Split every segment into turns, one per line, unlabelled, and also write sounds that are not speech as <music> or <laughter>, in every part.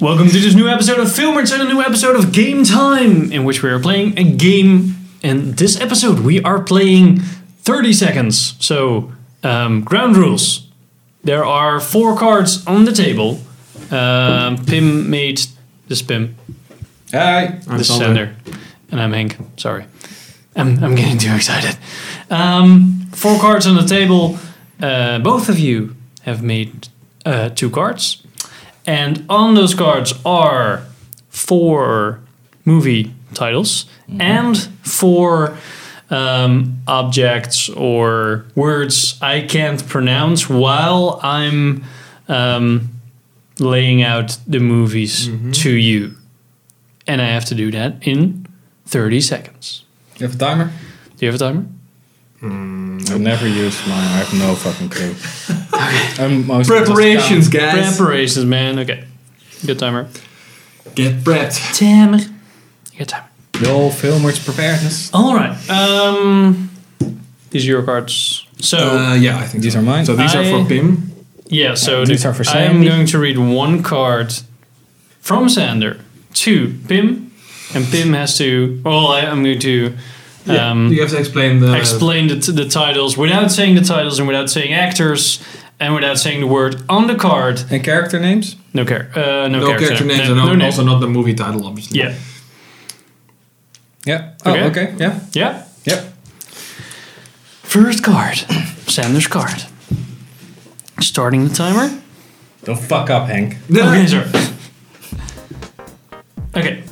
Welcome to this new episode of Filmers and a new episode of Game Time, in which we are playing a game. And this episode, we are playing 30 seconds. So, um, ground rules. There are four cards on the table. Um, Pim made this Pim,
Hi.
this is Sander, and I'm Hank. Sorry, I'm, I'm getting too excited. Um, four cards on the table. Uh, both of you have made uh, two cards, and on those cards are four movie titles and four um, objects or words I can't pronounce while I'm um, laying out the movies to you and I have to do that in 30 seconds.
You have a timer?
Do you have a timer?
I've never used mine. I have no fucking
<laughs>
clue. I'm most
Preparations, guys.
Preparations, man. Okay. Good timer.
Get prepped.
Timer. Good timer.
The whole filmers preparedness.
All right. Um, these are your cards. So,
Uh, yeah, I think
These
so.
are mine.
So these are
I- um,
for Pim.
yeah, so
these
the-
are for
I'm
Sandy.
going to read one card from Sander to Pim, and Pim has to. Well, I, I'm going to. Um,
you have to explain the.
explain the, t- the titles without saying the titles and without saying actors and without saying the word on the card
And character names?
No care. Uh, no,
no character, names,
No,
and
no name.
also not the movie title, obviously.
Yeah.
Yeah. Oh,
Okay.
okay. Yeah.
Yeah.
Yep.
First card. Sanders card. Starting the <laughs> timer.
Don't fuck up, Hank.
Okay, sir. Okay.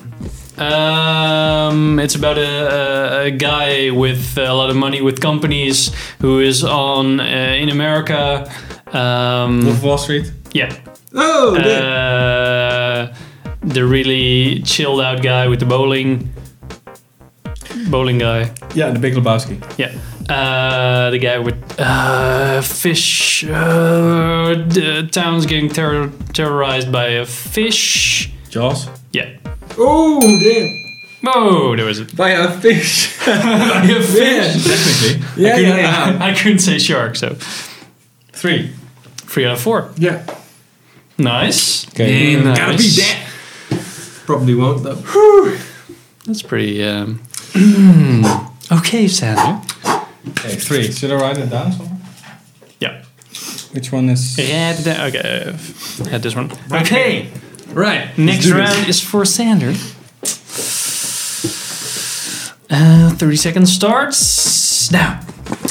Um, it's about a, a, a guy with a lot of money with companies who is on uh, in America. Um,
Wolf of Wall Street.
yeah.
Oh, there.
Uh, the really chilled out guy with the bowling bowling guy.
Yeah, the Big Lebowski.
Yeah. Uh, the guy with uh, fish. Uh, the town's getting terror- terrorized by a fish.
Jaws.
Yeah.
oh, there.
Whoa, there was
<laughs>
a,
By a fish.
a fish.
Technically.
Yeah, yeah, yeah.
<laughs> I couldn't say shark, so
Three.
three out of four.
yeah.
Nice.
Okay.
And gotta be
Nice.
that. Probably won't though.
That's pretty.
<clears throat>
Um, okay, Sander.
okay. Three. Should I write it down somewhere?
Yeah.
Which one is.
Yeah. did that- Okay. uh, Had this one. Okay.
Right.
Next
do
round is for Sander. Uh, 30 seconds starts now.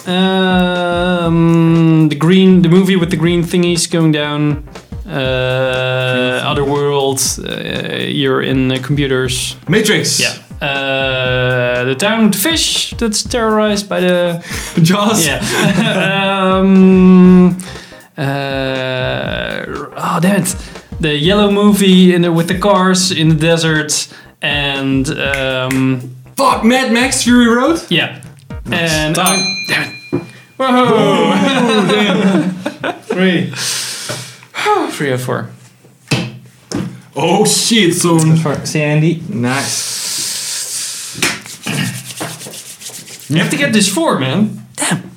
Um, the green, the movie with the green thingies going down. Uh, other world. Uh, you're in uh, computers.
Matrix.
Yeah. Uh, the town with fish that's terrorized by the
Jaws.
yeah. um, uh, oh damn it! The yellow movie in the, with the cars in the desert and um,
Fuck Mad Max Fury Road.
yeah. And
Time.
oh, damn it! Whoa!
<laughs> Three.
<sighs> Three or four.
Oh shit, son.
For Sandy.
Nice.
You have to get this four, man. Damn.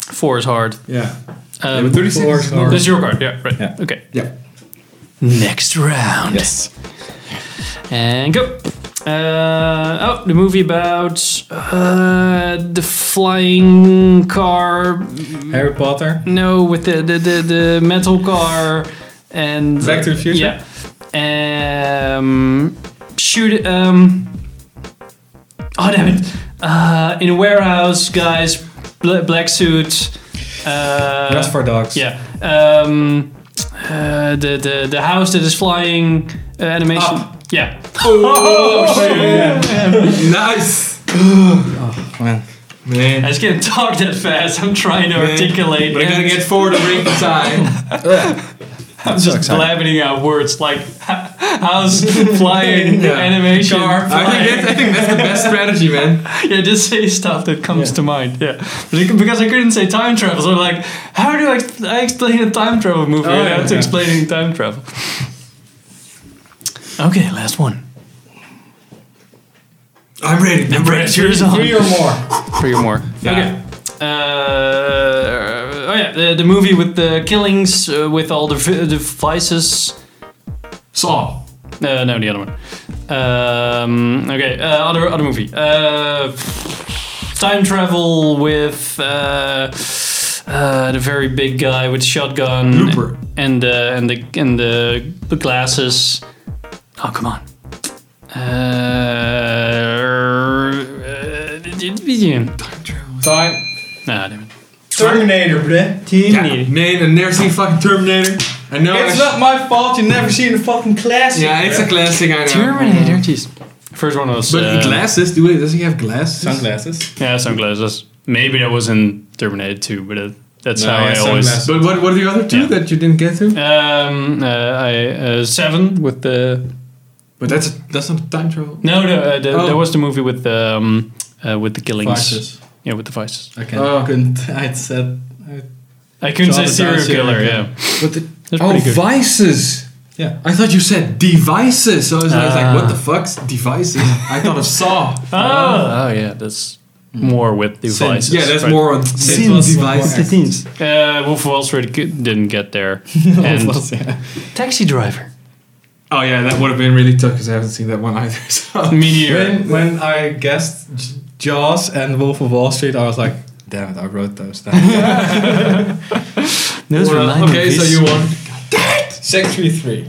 Four is hard.
Yeah.
Um,
but 30 seconds is
or-
that's your card. Yeah. Right.
Yeah.
Okay.
Yeah.
Next round.
Yes.
And go. Uh, oh, the movie about uh, the flying car.
Harry Potter.
No, with the the, the, the metal car and
Back to the Future?
Yeah. Um, shoot. Um. Oh damn it! Uh, in a warehouse, guys. Bla- black suit. Uh,
That's for dogs.
yeah. Um, uh, the, the the house that is flying uh, animation.
Ah.
Up.
Yeah.
Oh,
Oh,
Nice.
Oh, Man.
Man.
I just can't <laughs> talk that fast. I'm trying to articulate.
But I gotta
and
get forward and bring
<laughs>
the time.
I'm just
excited.
blabbing out words like <laughs> h- house flying
Yeah.
animation.
I think, that's, I
flying.
think that's the best strategy, man.
<laughs> Yeah, just say stuff that comes to mind. Yeah, Bec- because I couldn't say time travel, so I'm like, how do I, ex- I explain a time travel movie
Oh,
without
yeah.
explaining time travel? Okay, last one.
I'm ready.
The pressure is on.
Three or more.
Three or more.
Yeah.
<laughs> Okay. Uh, oh yeah, the, the movie with the killings, uh, with all the vi- the vices. Saw. No, Uh, no, the other one. Um, okay, uh, other other movie. Uh, time travel with uh, uh, the very big guy with the shotgun.
Looper.
And the and the and the, the glasses. Oh come on. Uh,
Time.
nah, damn it.
Terminator, bruh.
Team
Man, I've never seen fucking Terminator. I know. I
E. It's
sh-
not my fault you never seen the fucking classic.
yeah, it's a
bruh.
classic. I know.
Terminator. Jeez. First one was.
But
uh,
glasses? Do it? Does he have glasses?
Sunglasses.
Yeah, sunglasses. Maybe that was in Terminator 2, but it, that's
No,
how I
yeah,
always.
sunglasses.
But what? What are the other two
Yeah.
that you didn't get to?
Um, uh, I uh, seven with the
But that's a, that's not time travel.
no, no, uh, the,
Oh.
there was the movie with the um, uh, with the killings. Yeah, with the vices.
I can't.
Oh.
couldn't. <laughs> I said. I,
I couldn't
Saw
say serial
the Vice, yeah,
killer.
okay.
Yeah,
But the,
That's
oh,
pretty good.
vices.
yeah.
I thought you said devices. So I was, I was
Ah.
like, what the fuck's devices? I thought of saw.
oh, oh yeah, that's more with the vices.
Hmm. yeah, that's
right.
more on
Sin
sin
was more
devices.
active. Sins.
Uh, Wolf of Wall Street g- didn't get
<laughs>
there,
It
and
was, yeah.
Taxi Driver.
Oh yeah, that would have been really tough because I haven't seen that one either. <laughs> So.
Meteor.
When when I guessed J- Jaws and Wolf of Wall Street, I was like, damn it, I wrote those down.
Those
Well, okay, so you won.
Six three three.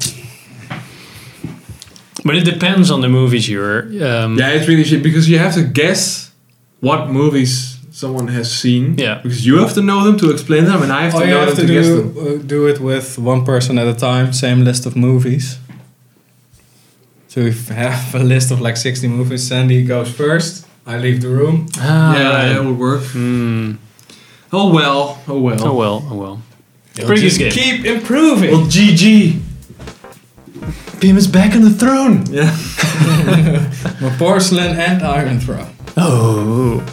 But it depends on the movies you're. Um,
Yeah, it's really shit because you have to guess what movies someone has seen.
Yeah.
Because you have to know them to explain them, and I have to
All Oh, you
know
have
them
to
to, guess them.
do, uh, do it with one person at a time, same list of movies. So if you have a list of like 60 movies, Sandy goes first, I leave the room.
Ah,
yeah,
right.
that would work.
Hmm.
Oh well, oh well.
Oh well, oh well.
You'll
Pretty
just
good game.
keep improving.
Well, GG.
Pim is back on the throne.
Yeah.
Well, porcelain and Iron Throne.
Oh.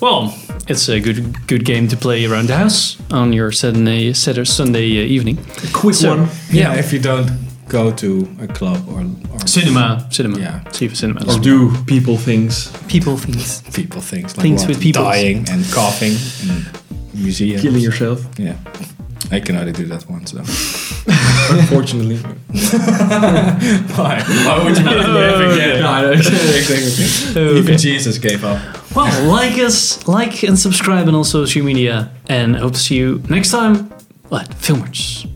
Well, it's a good good game to play around the house on your Saturday, Saturday Sunday uh, evening.
Quick
So-
one.
Yeah.
If you don't go to a club or, or
Cinema, cinema.
Yeah.
See for cinema.
Or do people things.
people things.
people things like
Things
what?
with people.
dying and coughing and museums.
Killing yourself.
Yeah. I can only do that once though.
Unfortunately.
Why? Why would you <laughs> do
Oh, okay.
that <laughs>
no,
again? Even Jesus gave up.
Well, like us, like and subscribe on all social media, and hope to see you next time. What? Filmers.